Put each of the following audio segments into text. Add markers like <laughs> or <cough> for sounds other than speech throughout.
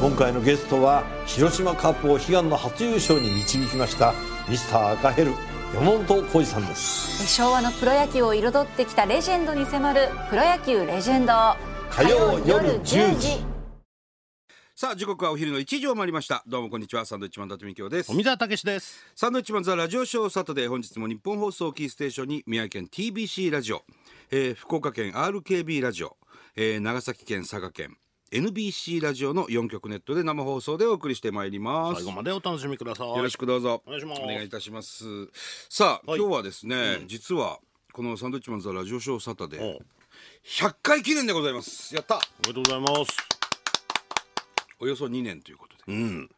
今回のゲストは広島カップを悲願の初優勝に導きましたミスター赤ヘル山本浩二さんです昭和のプロ野球を彩ってきたレジェンドに迫る「プロ野球レジェンド」火曜夜10時さあ時刻はお昼の1時を回りましたどうもこんにちはサンドウィッチマン伊達美京です富澤たけしですサンドウィッチマンザラジオショーサタデー本日も日本放送キーステーションに宮城県 TBC ラジオ、えー福岡県 RKB ラジオ、えー長崎県佐賀県 NBC ラジオの4局ネットで生放送でお送りしてまいります最後までお楽しみくださいよろしくどうぞお願いしますいたしますさあ、今日はですね、実はこのサンドウィッチマンザラジオショーサタデおー100回記念でございますやったおめでとうございますおよそ2年ということで、100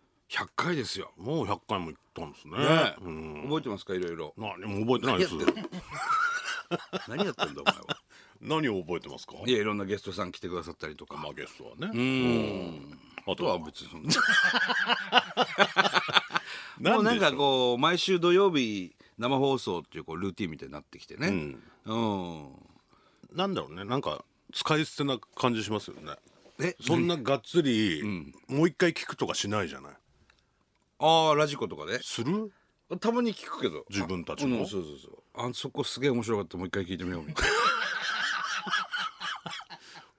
回ですよ、もう100回も行ったんですねねうん覚えてますかいろいろ何も覚えてないです何やってんだお前は <laughs> <laughs> 何を覚えてますかいやいろんなゲストさん来てくださったりとか、まあゲストはねあとは別に <laughs> そんななもうなんでしょかこう毎週土曜日生放送っていうこうルーティンみたいになってきてねうん、なんだろうねなんか使い捨てな感じしますよねえそんながっつり、もう一回聞くとかしないじゃないああラジコとかでするたまに聞くけど自分たちうの、んそうそうそうあそこすげえ面白かったもう一回聞いてみようみ <laughs> た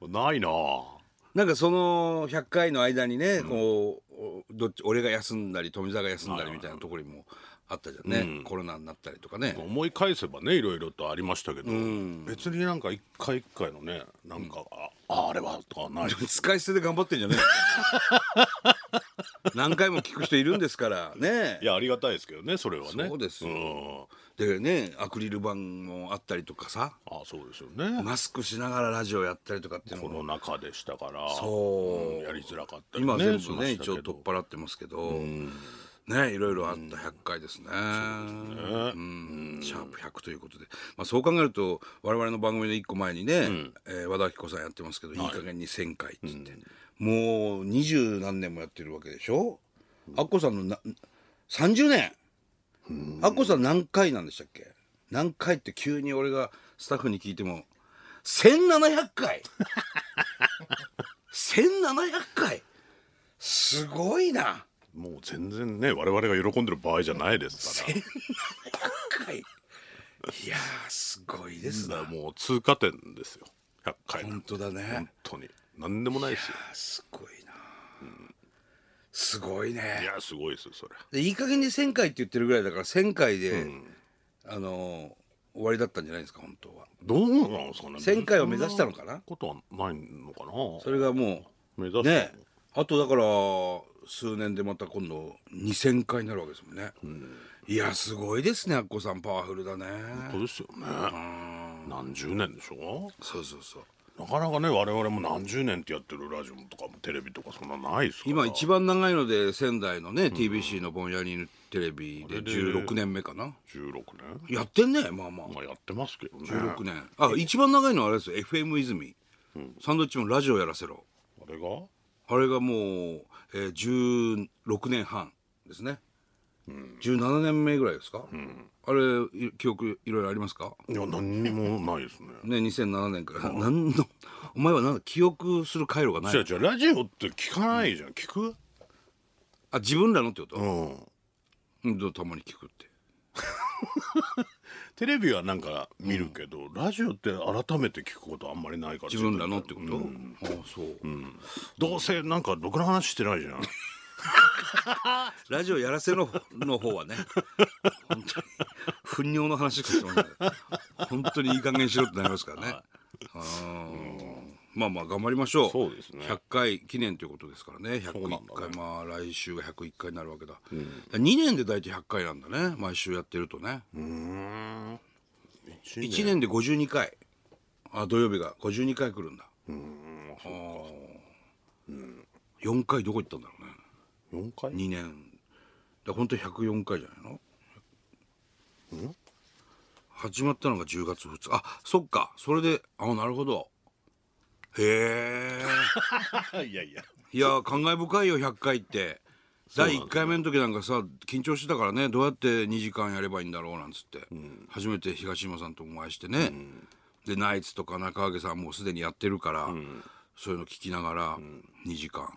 いなないなあなんかその100回の間にね、こうおどっち俺が休んだり富澤が休んだりみたいなところにもあったじゃんね、コロナになったりとかね、思い返せばねいろいろとありましたけど、別になんか一回一回のねなんか、ああれはとかはない <laughs> 使い捨てで頑張ってんじゃね <laughs> え何回も聞く人いるんですからねいやありがたいですけどねそれはねそうですよんでねアクリル板もあったりとかさあそうですよね、マスクしながらラジオやったりとかっていうのこもの中でしたからそうやりづらかったり今ねは全し部まねした一応けど取っ払ってますけど、ねいろいろあった100回ですね。うんシャープ100ということで、まあ、そう考えると我々の番組の一個前にね、えー和田アキ子さんやってますけど、い、い加減に1,000回って言って、もう二十何年もやってるわけでしょ、アッコさんのな30年、アッコさん何回なんでしたっけ何回って急に俺がスタッフに聞いても1700回 <laughs> 1700回すごいなもう全然ね我々が喜んでる場合じゃないですから100回いやーすごいですだなからもう通過点ですよ100回なん本て当だね本当に何でもないですよすごいな、すごいいねやすごいですよそれでいい加減に1000回って言ってるぐらいだから1000回で、あのー終わりだったんじゃないですか本当はどうなんですかね1000回を目指したのかなことはないのかそなれがも目指うすのねあとだから数年でまた今度2000回になるわけですもんね、いやすごいですねアッコさんパワフルだねそうですよね何十年でしょそうそうそうなかなかね我々も何十年ってやってるラジオとかもテレビとかそんなないですから今一番長いので仙台のね、TBC のぼんやりテレビで16年目かな16年やってんねまあまあまあやってますけどね16年あ一番長いのはあれですよ FM 泉、サンドイッチマンラジオやらせろあれがあれがもう、えー、16年半ですね、17年目ぐらいですか、あれい記憶いろいろありますかいや何にもないですねね2007年から何のお前はなんか記憶する回路がなじゃいあじゃあラジオって聞かないじゃん聞くあ自分らのってこと、うんうんどうたまに聞くってテレビはなんか見るけど、ラジオって改めて聞くことあんまりないから自分らのってこと、ああそう、どうせなんかろくな話してないじゃ <laughs> んラジオやらせの方の方はね、本当に糞尿の話しかしてませんから。本当にいい加減にしろってなりますからね。あーまあまあ頑張りましょう。そうですね100回記念ということですからね。101うなんだ回、まあ来週が101回になるわけだ。2年で大体100回なんだね。毎週やってるとね。一1年で52回。あ、土曜日が52回来るんだ。4回どこ行ったんだろうね。 4回2年だから本当に104回じゃないの始まったのが10月2日あそっかそれであなるほどへえいやいやいや感慨深いよ100回って第1回目の時なんかさ緊張してたからねどうやって2時間やればいいんだろうなんつって、初めて東島さんとお会いしてね、でナイツとか中揚さんもうすでにやってるから、そういうの聞きながら2時間、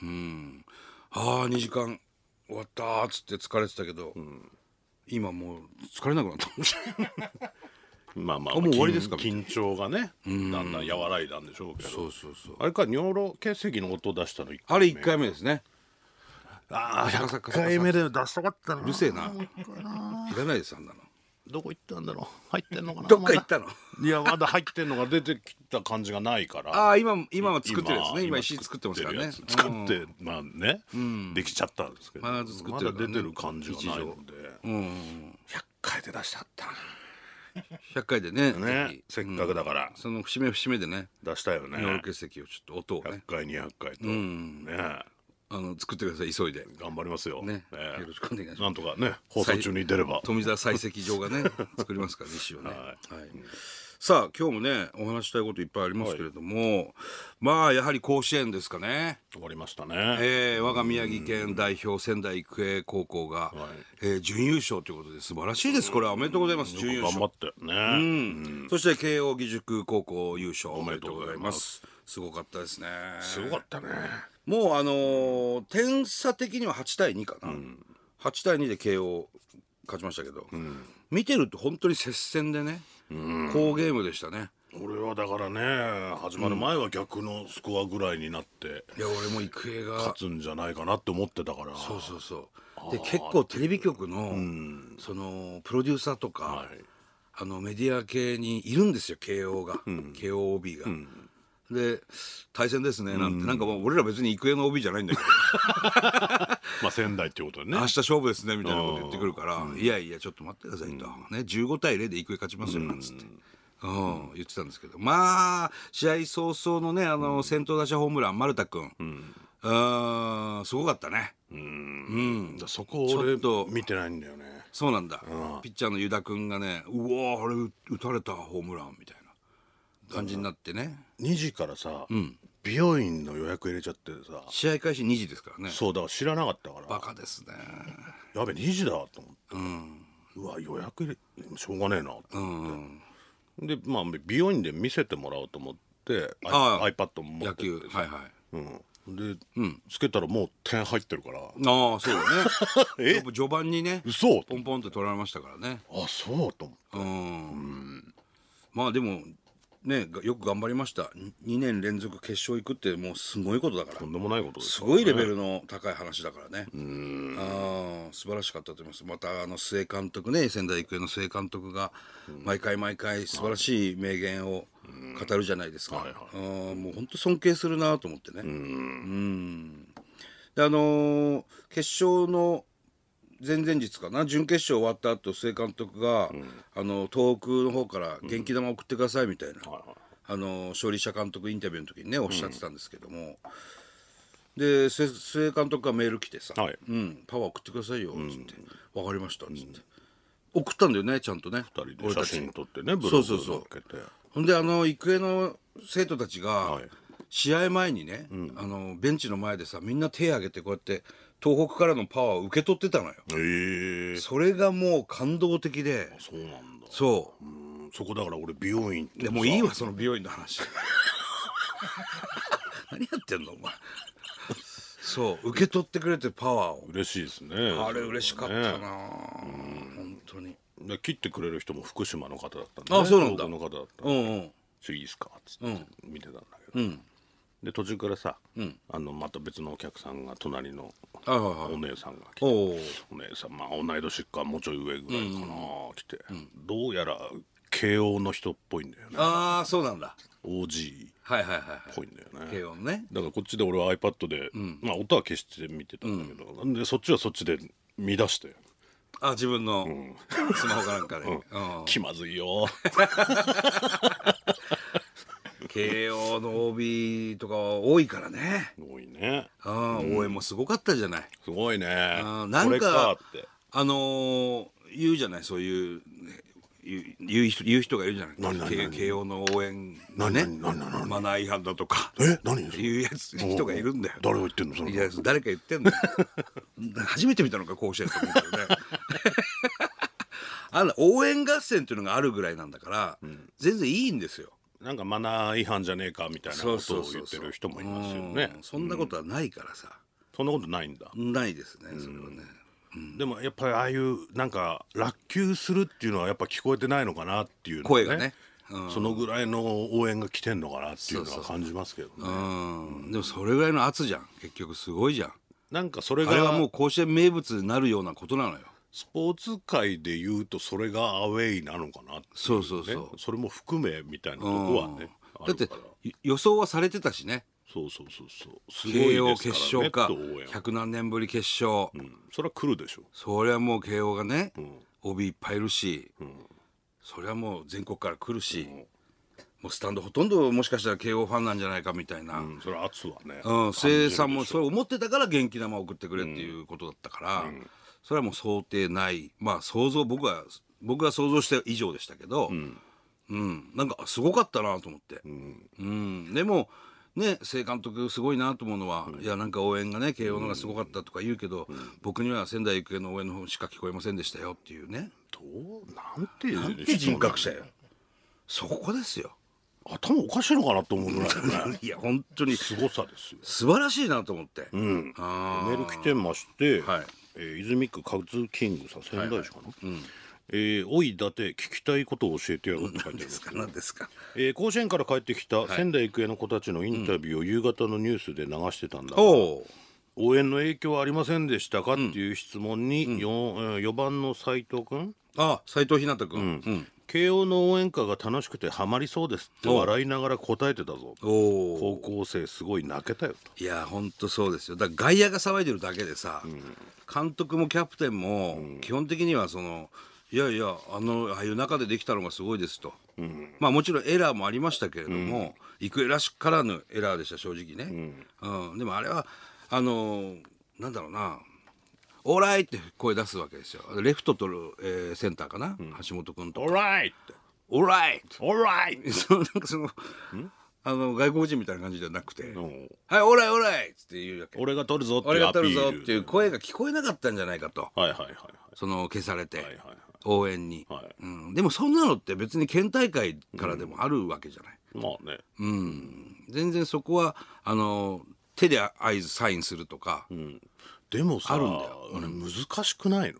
うんああ2時間終わったーっつって疲れてたけど、今もう疲れなく <laughs> なったまあまああもう終わりですか緊緊張がねだんだん和らいだんでしょうけどそうそうそうあれか尿路結石の音出したの1あれ1回目ですねああ100カサカサ回目で出したかったなうるせえないらないですあんなのどこ行ったんだろう入ってんのか <laughs> などっか行ったのまだいやまだ入ってんのが出てきた感じがないからああ今今は作ってるやつね今石作ってますからね作ってるうんやつ作ってまあね、できちゃったんですけど必ず作ってるからねまだ出てる感じがないので、 100回で出しちゃった100回でねぜねひせっかくだからその節目節目でね出したよね、尿路結石をちょっと音を100ね回200回と、ねあの作ってください急いで頑張りますよ、ねええよろしくお願いしますなんとかね放送中に出れば富澤採石場が <laughs> ね作りますからね石をね、ははいさあ今日もねお話ししたいこといっぱいありますけれども、まあやはり甲子園ですかね終わりましたね、えー我が宮城県代表仙台育英高校が、えー準優勝ということで素晴らしいですこれはおめでとうございます準優頑張勝ってね、うんそして慶応義塾高校優勝おめめででととううごござざいいまますすごかったですねすごかったねもうあのー点差的には8対2かな、8対2で慶応勝ちましたけど、見てると本当に接戦でね、好ゲームでしたね俺はだからね始まる前は逆のスコアぐらいになっていや俺も育英が勝つんじゃないかなって思ってたからそうそうそうで結構テレビ局の、そのプロデューサーとか、いあのメディア系にいるんですよ慶応が、慶応 OB が。で対戦ですねなんて、なんかもう俺ら別に育英の OB じゃないんだけどまあ仙台っていうことでね明日勝負です <laughs> ねみたいなこと言ってくるから、いやいやちょっと待ってくださいと、ね、15対0で育英勝ちますよなんつって、うん言ってたんですけどまあ試合早々のねあの先頭打者ホームラン丸田君、うん、すごかったねだそこちょ俺っと見てないんだよねそうなんだ、ピッチャーの湯田君がねうわーあれ打たれたホームランみたいな感じになってね、 2時からさ、美容院の予約入れちゃってさ試合開始2時ですからねそうだから知らなかったかバらカですねやべ2時だと思って、うわ予約入れしょうがねえなと思って、でまあ美容院で見せてもらおうと思ってああ iPad も持野って球はいはいうん、で、つけたらもう点入ってるからああそうだね <laughs> えやっぱ序盤にね嘘ポンポンって取られましたからねあそうと思ってうんまあでもねがよく頑張りました2年連続決勝行くってもうすごいことだからとんでもないことですすからごいレベルの高い話だからね。ああ素晴らしかったと思います。またあの須江監督ね仙台育英の須江監督が毎回毎回素晴らしい名言を語るじゃないですか。はいはいあーもう本当尊敬するなと思ってね。うんであのー決勝の前々日かな準決勝終わった後須江監督が、あの東北の方から元気玉送ってくださいみたいな、はいはいあの勝利者監督インタビューの時にねおっしゃってたんですけども、で須須江監督がメール来てさ「はいうん、パワー送ってくださいよ」っつって「分かりました」っつって、送ったんだよねちゃんとね二人で写真撮ってねブロそうそグ載うそうっけてほんであの育英の生徒たちがはい試合前にね、あのベンチの前でさみんな手挙げてこうやって東北からのパワーを受け取ってたのよ。ええそれがもう感動的でそうなんだそうんそこだから俺美容院うでもういいわその美容院の話 <laughs> 何やってんのお前そう受け取ってくれてパワーを嬉しいですねあれ嬉しかったな、ね本当にで切ってくれる人も福島の方だったんで、あそうなんだ東北の方だったうんでんちょいいですか?」っつって見てたんだけど、で途中からさ、あのまた別のお客さんが隣のはいはいはいお姉さんが来おておお姉さんまあ同い年かもうちょい上ぐらいかな、来て、どうやら慶応の人っぽいんだよねああそうなんだ OG っはいはいはいはいぽいんだよね慶応のねだからこっちで俺は iPad で、まあ音は消して見てたんだけど、なんでそっちはそっちで見出して、あ自分のスマホかなんかで、 <laughs> うん気まずい <laughs> よ慶応の OB とかは多いからねすごいねああ、応援もすごかったじゃないすごいねあーなんこかれかってあのー言うじゃないそういうね言う言う人言う人がいるじゃない何何け何慶応の応援何ね何何何何マナー違反だとかえ何言うやつ人がいるんだよ誰が言ってんのそのいや誰か言ってんの <laughs> 初めて見たのか甲子園と思うけどね <laughs> あの応援合戦っていうのがあるぐらいなんだから、全然いいんですよなんかマナー違反じゃねえかみたいなそこうそとうをそ言うってそうる人もいますよねうんそんなことはないからさ、そんなことないんだ、ないですねそれはね、でもやっぱりああいうなんか落球するっていうのはやっぱ聞こえてないのかなっていうのは声がねうんそのぐらいの応援が来てんのかなっていうのは感じますけどねうんでもそれぐらいの圧じゃん結局すごいじゃんなんかそれあれはがもう甲子園名物になるようなことなのよスポーツ界で言うとそれがアウェイなのかなっていねそうそうそうそれも含めみたいなとこはねあだっるてからい予想はされてたしねそうそうそうそうすごいです慶応決勝かからねと応援100何年ぶり決勝、うんそれは来るでしょそりゃもう慶応がね、ん OB いっぱいいるし、そりゃもう全国から来るし、もうスタンドほとんどもしかしたら慶応ファンなんじゃないかみたいな、う、うん、それは圧はねうん、生産も感じるでしょそう思ってたから元気玉送ってくれっていうことだったから、それはもう想定ないまあ想像僕は僕が想像した以上でしたけど、うんなんかすごかったなと思って、うんでもね正監督すごいなと思うのは、いやなんか応援がね慶応のがすごかったとか言うけど、僕には仙台育英の応援の方しか聞こえませんでしたよっていうねどうなんていうなんて人格者よそこですよ頭おかしいのかなと思うぐらいのねいや <laughs> 本当にすごさですよ素晴らしいなと思って、うん、メあール来てまして、はいえー泉区カズキングさん仙台市かな、えーおい伊達聞きたいことを教えてやろうって書いてありますけど何ですかえー甲子園から帰ってきた仙台育英の子たちのインタビューを夕方のニュースで流してたんだが、お応援の影響はありませんでしたかっていう質問に、よんえー4番の斉藤君あ斉藤ひなたくん、うん慶応の応援歌が楽しくてハマりそうですって笑いながら答えてたぞお高お校生すごい泣けたよといや本当そうですよだから外野が騒いでるだけでさ、監督もキャプテンも基本的にはそのいやいやあのああいう中でできたのがすごいですと、まあもちろんエラーもありましたけれども、育英らしからぬエラーでした正直ね、うんでもあれはあのなんだろうなオーライって声出すわけですよレフトと、えーセンターかな、橋本君とオーライってオーライオーライ <laughs> そうなんかそのあの外国人みたいな感じじゃなくて「んはいオーライオーライ!」って言うわけ俺が取るぞっ「てい俺うがアピー取ルるぞ」っていう声が聞こえなかったんじゃないかとはいはいはいはいその消されて、はいはい応援に、はいうん、でもそんなのって別に県大会からでもあるわけじゃない、まあね全然そこはあの手で合図サインするとか、でもさあるんだよあれ難しくない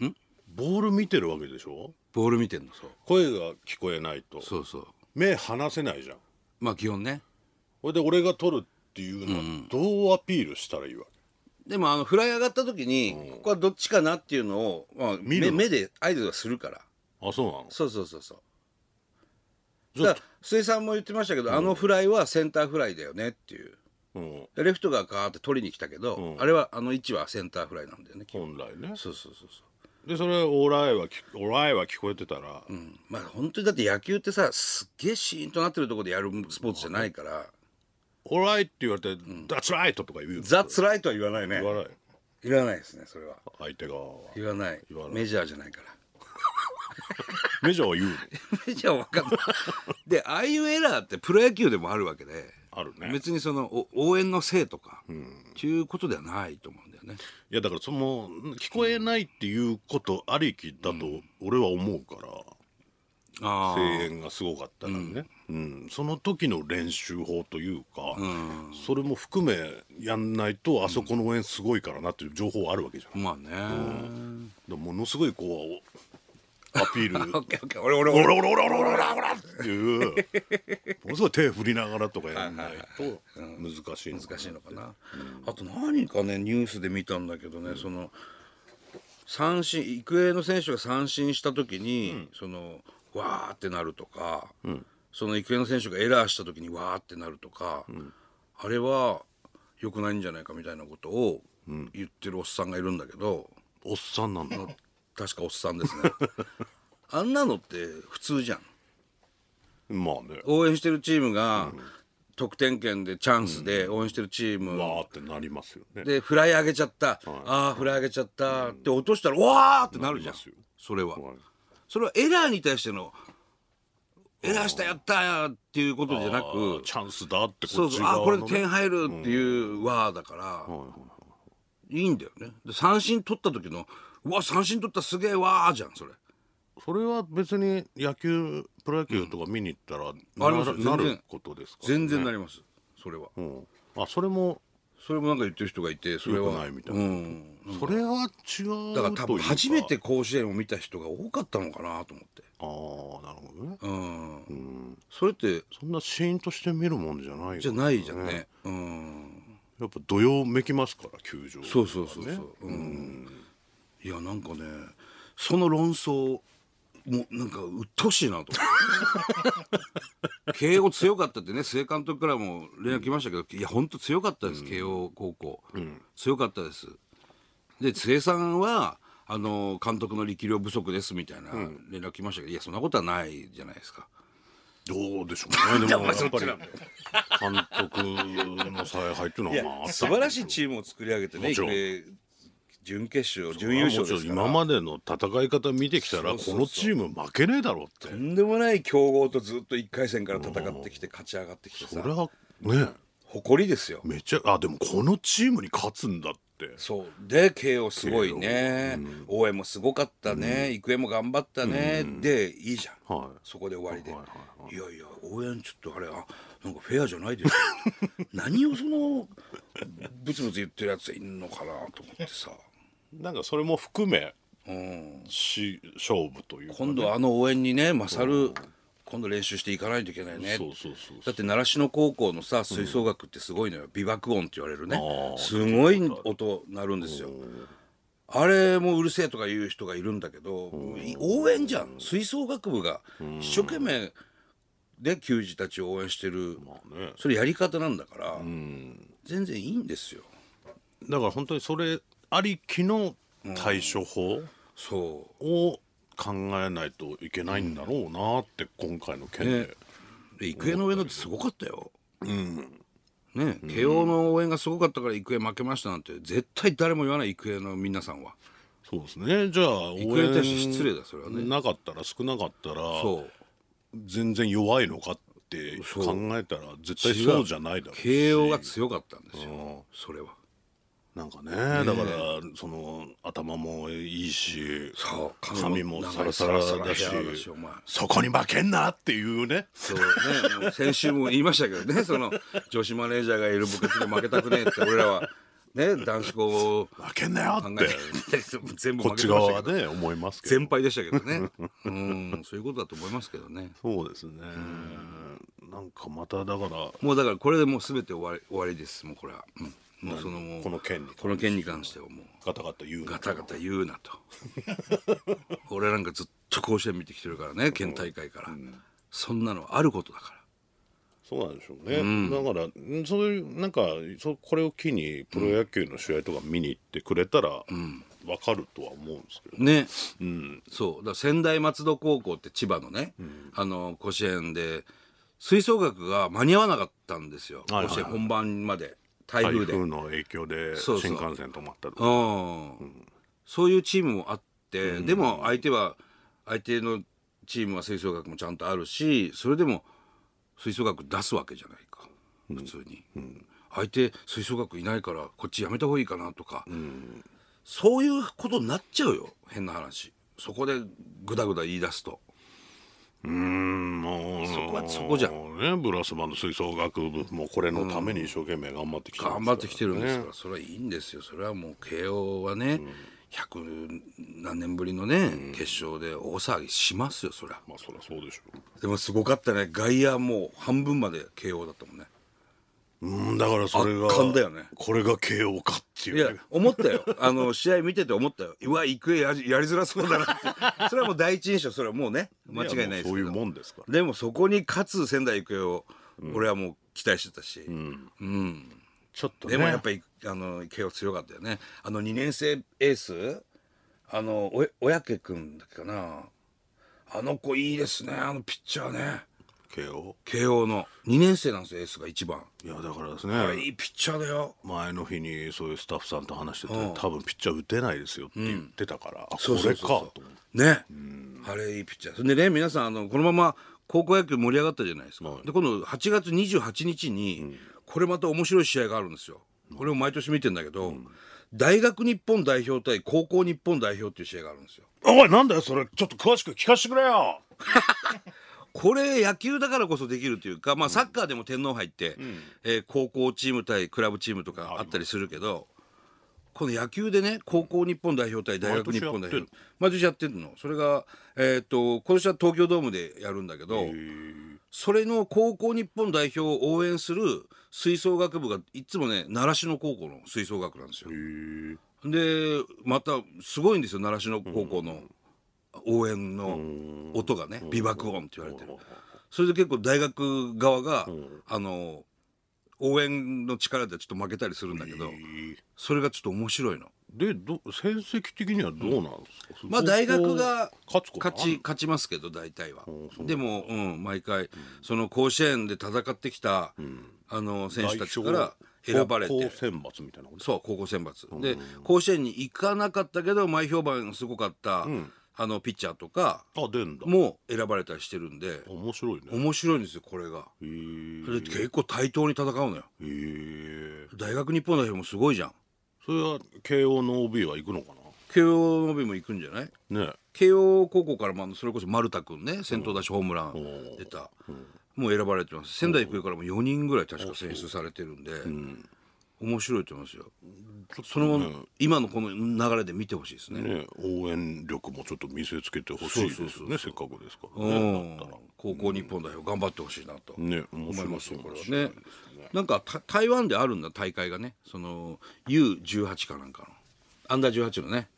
の、ボール見てるわけでしょボール見てんのそう声が聞こえないとそうそう目離せないじゃんまあ基本ねほれで俺が取るっていうのはどうアピールしたらいいわけ、でもあのフライ上がった時に、ここはどっちかなっていうのを、まあ、見る目目で合図はするからあそうなのそうそうそうそうじゃだから水さんも言ってましたけど、あのフライはセンターフライだよねっていうあ、うん、でレフトがガーって取りに来たけど、あれはあの位置はセンターフライなんだよね、本来ねそうそうそうそうでそれオーライはきオーライは聞こえてたら、うんまあ本当にだって野球ってさすっげえシーンとなってるところでやるスポーツじゃないからオーライって言われて「ダッツライト」とか言「うザ・つらい」とは言わないね言わない言わないですねそれは相手側は言わない言わないメジャーじゃないからメジャーは言うのメジャーは分かんないでああいうエラーってプロ野球でもあるわけであるね別にそのお応援のせいとか、っていうことではないと思うんだよねいやだからその聞こえないっていうことありきだと俺は思うから、あ声援がすごかったからね、うんその時の練習法というか、それも含めやんないとあそこの応援すごいからなっていう情報あるわけじゃない、まあね、でもものすごいこうアピールオッケーオッケー俺俺オ俺ラオラオラオラオラオラオラっていうものすごい手振りながらとかやんないと難しいのかな難しいのかな、あと何かねニュースで見たんだけどね、その三振育英の選手が三振した時に、そのわーってなるとか、その育英の選手がエラーした時にわーってなるとか、あれは良くないんじゃないかみたいなことを言ってるおっさんがいるんだけど、おっさんなんだ確かおっさんです <laughs> ねあんなのって普通じゃんまあね応援してるチームが、得点圏でチャンスで応援してるチーム、わーってなりますよねでフライ上げちゃった、ああフライ上げちゃった、って落としたらわーってなるじゃんなりますよそれは、はいそれはエラーに対してのエラーしたやったーっていうことじゃなあくーチャンスだってこそっうちそうあーこ側れのでね点入るっていうわーだから、いいんだよねで三振取った時のうわ三振取ったすげえわーじゃんそれそれは別に野球プロ野球とか見に行ったらありまなする,、全然なることですか、全然なりりますそれは、うん、あそれもそれもなんか言ってる人がいてそれは良くないみたいなうんそれは違うだから多という分初めて甲子園を見た人が多かったのかなと思ってああなるほどねうん、うんそれってそんなシーンとして見るもんじゃない、じゃないじゃんねうんやっぱ土曜めきますから球場そうそうそうそう、うん、いやなんかねその論争もうなんか鬱陶しい <laughs> なと思って慶応強かったってね須江監督からも連絡来ましたけど、いや本当強かったです、慶応高校、強かったですで津江さんはあの監督の力量不足ですみたいな連絡来ましたけど、いやそんなことはないじゃないですかどうでしょ <laughs> うねでもやそっっぱちりな監んだ督の采配っていうのはまああった素晴らしいチームを作り上げてねもちろん育英準決勝準優優勝勝ですでからすからもちろん今までの戦い方見てきたらそうそうそうこのチーム負けねえだろうってとんでもない強豪とずっと1回戦から戦ってきて勝ち上がってきてさそれはね誇りですよめちゃあでもこのチームに勝つんだってそうで慶応すごいね、応援もすごかったね、育英も頑張ったね、でいいじゃん、はいそこで終わりで、はいいはいやいや応援ちょっとあれあなんかフェアじゃないですよ何をそのブツブツ言ってるやついんのかなと思ってさ、なんかそれも含めうん、し勝負というかね、今度あの応援にね勝る今度練習していかないといけないねそうそうそうだって習志野高校のさ吹奏楽ってすごいのよ、美爆音って言われるねあーすごい音鳴るんですよあれもうるせえとか言う人がいるんだけど応援じゃん吹奏楽部が一生懸命で球児たちを応援してるねそれやり方なんだから全然いいんですよだから本当にそれありきの対処法そを考えないといけないんだろうなって今回の件うで、ねで育英の応援だってすごかったよね慶応の応援がすごかったから育英負けましたなんて絶対誰も言わない育英の皆さんはそうですねじゃあ応育英援に対して失礼だそれはねなかったら少なかったらそう全然弱いのかってそう考えたら絶対そうじゃないだろうし慶応が強かったんですよ、それはなんかねだからその頭もいいしそう髪もサラサラだしヘアだしお前そこに負けんなっていうねそうねもう先週も言いましたけどねその女子マネージャーがいる部活で負けたくねえって俺らはね男子校を考負けんなよえってて全部こ負っけてちま側したはけどね思いますけど全敗でしたけどねうんそういうことだと思いますけどねそうですねなんかまただからもうだからこれでもう全て終わり終わりですもうこれは、うん、もうそのもうこの件にこの件に関してはもうガタガタ言うガなタガタ言うな <laughs> と俺なんかずっと甲子園見てきてるからね県大会から、そんなのあることだからそうなんでしょうね、だからんそういうなんかそこれを機にプロ野球の試合とか見に行ってくれたら、わかるとは思うんですけどね、そうだから仙台松戸高校って千葉のね、あの甲子園で吹奏楽が間に合わなかったんですよ、はいはい甲子園本番まで台台風で風の影響でそうそう新幹線止まったとかうんそういうチームもあって、でも相手は相手のチームは吹奏楽もちゃんとあるしそれでも吹奏楽出すわけじゃないか普通に、相手吹奏楽いないからこっちやめた方がいいかなとか、そういうことになっちゃうよ変な話そこでグダグダ言い出すとうんもうそこはそこじゃんねブラスバンド吹奏楽部もこれのために一生懸命頑張ってきたんですから頑張ってきてるんですから、それはいいんですよそれはもう慶応はね、100何年ぶりのね、決勝で大騒ぎしますよそりゃ。まあそりゃそうでしょでもすごかったね外野もう半分まで慶応だったもんねううんだからそれが圧巻だよねこれが慶応かっていういねや思ったよあの試合見てて思ったようわ育英やりやりづらそうだな <laughs> ってそれはもう第一印象それはもうね間違いないですけどそういうもんですからでもそこに勝つ仙台育英を俺はもう期待してたし、ちょっとねでもやっぱりあの慶応強かったよねあの2年生エースあのお小宅君だっけかなあの子いいですねあのピッチャーね慶応慶応の2年生なんですよエースが一番いやだからですこれねいいピッチャーだよ前の日にそういうスタッフさんと話してて、多分ピッチャー打てないですよって言ってたから、あこそうそれうかそうそとう思ってね、あれいいピッチャーそれでね皆さんあのこのまま高校野球盛り上がったじゃないですか、で今度8月28日に、これまた面白い試合があるんですよ俺も毎年見てんだけど、大学日本代表対高校日本代表っていう試合があるんですよ。おいなんだよそれちょっと詳しく聞かせてくれよこれ野球だからこそできるというか、まあ、サッカーでも天皇杯って、えー高校チーム対クラブチームとかあったりするけどこの野球でね高校日本代表対大学日本代毎年やっ表毎年やっててんのるのそれが、えー、と今年は東京ドームでやるんだけどそれの高校日本代表を応援する吹奏楽部がいつもね習志野高校の吹奏楽なんですよ。でまたすごいんですよ習志野高校の応援の音がね美爆音って言われてるそれで結構大学側が、あの応援の力でちょっと負けたりするんだけどそれがちょっと面白いのでど成績的にはどうなんですか、まあ大学が勝つこと勝あるち勝ちますけど大体はおうそうでも、うん、毎回その甲子園で戦ってきた、あの選手たちから選ばれ高校て選抜みたいなことそう高校選抜で甲子園に行かなかったけど前評判すごかった、あのピッチャーとかあ出んだも選ばれたりしてるんで面白いね面白いんですよこれが。へーで結構対等に戦うのよへー大学日本代表もすごいじゃんそれは慶応の OB は行くのか慶応の OB も行くんじゃないなね慶応高校からまあそれこそ丸田君ね先頭打者ホームラン出た、もう選ばれてます仙台育英からも4人ぐらい確か選出されてるんで、面白いと思いますよその、今のこの流れで見てほしいですねえねえ応援力もちょっと見せつけてほしいですよねせっかくですかうらねん高校日本代表頑張ってほしいなとね面思い白いますそうよこれはですねなんかた台湾であるんだ大会がねその U18 かなんかのアンダー18のね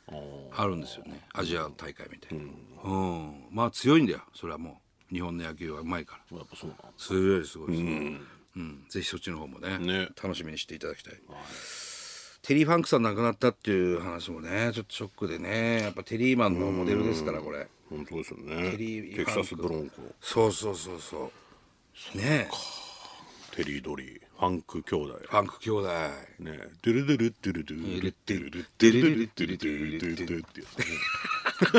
あるんですよねアジア大会みたいな、うんまあ強いんだよそれはもう日本の野球はうまいからやっぱそうなん強いすごいですうん、ぜひそっちの方もねね楽しみにしていただきたい、テリー・ファンクさん亡くなったっていう話もねちょっとショックでねやっぱテリーマンのモデルですからこれ本当ですよねテリーテキサスブロンコそうそうそうそうねえテリードリーファンク兄弟ファンク兄弟ねえドゥルドゥルドゥルドゥルドゥルドゥルドゥルドゥルドゥルドゥルドゥルってやつね流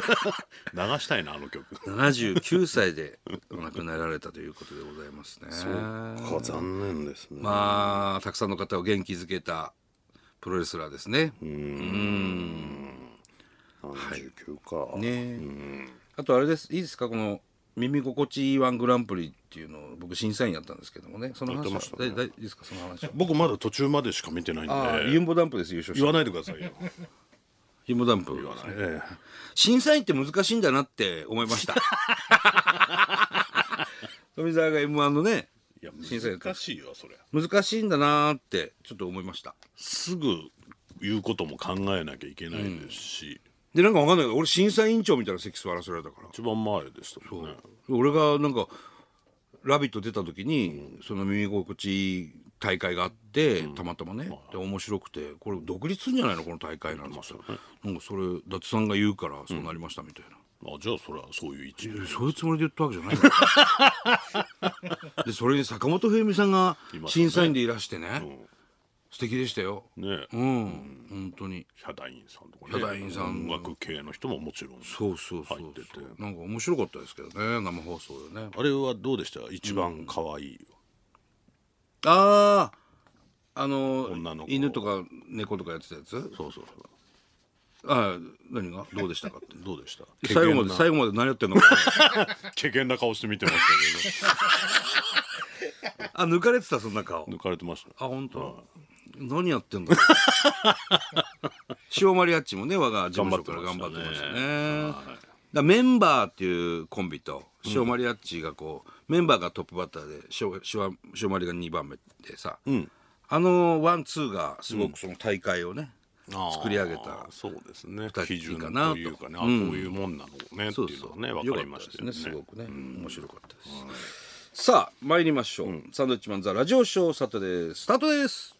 したいなあの曲79歳でお亡くなられたということでございますね。残念ですねまあたくさんの方を元気づけたプロレスラーですね。 79かねあとあれですいいですかこの「耳心地いいワングランプリ」っていうのを僕審査員やったんですけどもねその話はだいだいいいですかその話は。僕まだ途中までしか見てないんあーでユンボダンプです優勝し言たわないでくださ <laughs> いよユンボダンプえ審査員って難しいんだなって思いました <laughs> 富澤が m 1のねえいや審査員やった難しいよそれ難しいんだなーってちょっと思いましたすぐ言うことも考えなきゃいけないですしでなんかわかんないけど俺審査委員長みたいな席座らせられたから一番前でしたもんね俺がなんか「ラビット!」出た時に、その耳心地いい大会があって、たまたまね、で面白くてこれ独立するんじゃないのこの大会なんですよ、なんかそれ伊達さんが言うからそうなりましたみたいな、あじゃあそれはそういう位置でそういうつもりで言ったわけじゃないのでそれに坂本冬美さんがましたね審査員でいらしてね素敵でしたよねえうん、本当にヒャダインさんとかねヒャダインさん音楽系の人ももちろんそうそうそう入ってそてうなんか面白かったですけどね生放送でねあれはどうでした一番可愛いあああの女の子犬とか猫とかやってたやつそうそうそうああ何がどうでしたかってどうでした最後までな最後まで何やってんのかけげんな顔して見てましたあ抜かれてたそんな顔 <laughs> けど抜かれてましたあ本当何やってんだ <laughs> 塩マリアッチもね我が事務所から頑張ってましたねだメンバーっていうコンビと塩マリアッチがこう、メンバーがトップバッターで塩塩塩マリが2番目でさ、あのワンツーがすごくその大会をね、作り上げたあーそうですね二人基きり準かとなというかねあこういうもんなのねってそういうそのうはね分かりましたよね良かったですねすごくね、面白かったです、さあ参りましょう、サンドウィッチマンザラジオショーサタデースタートです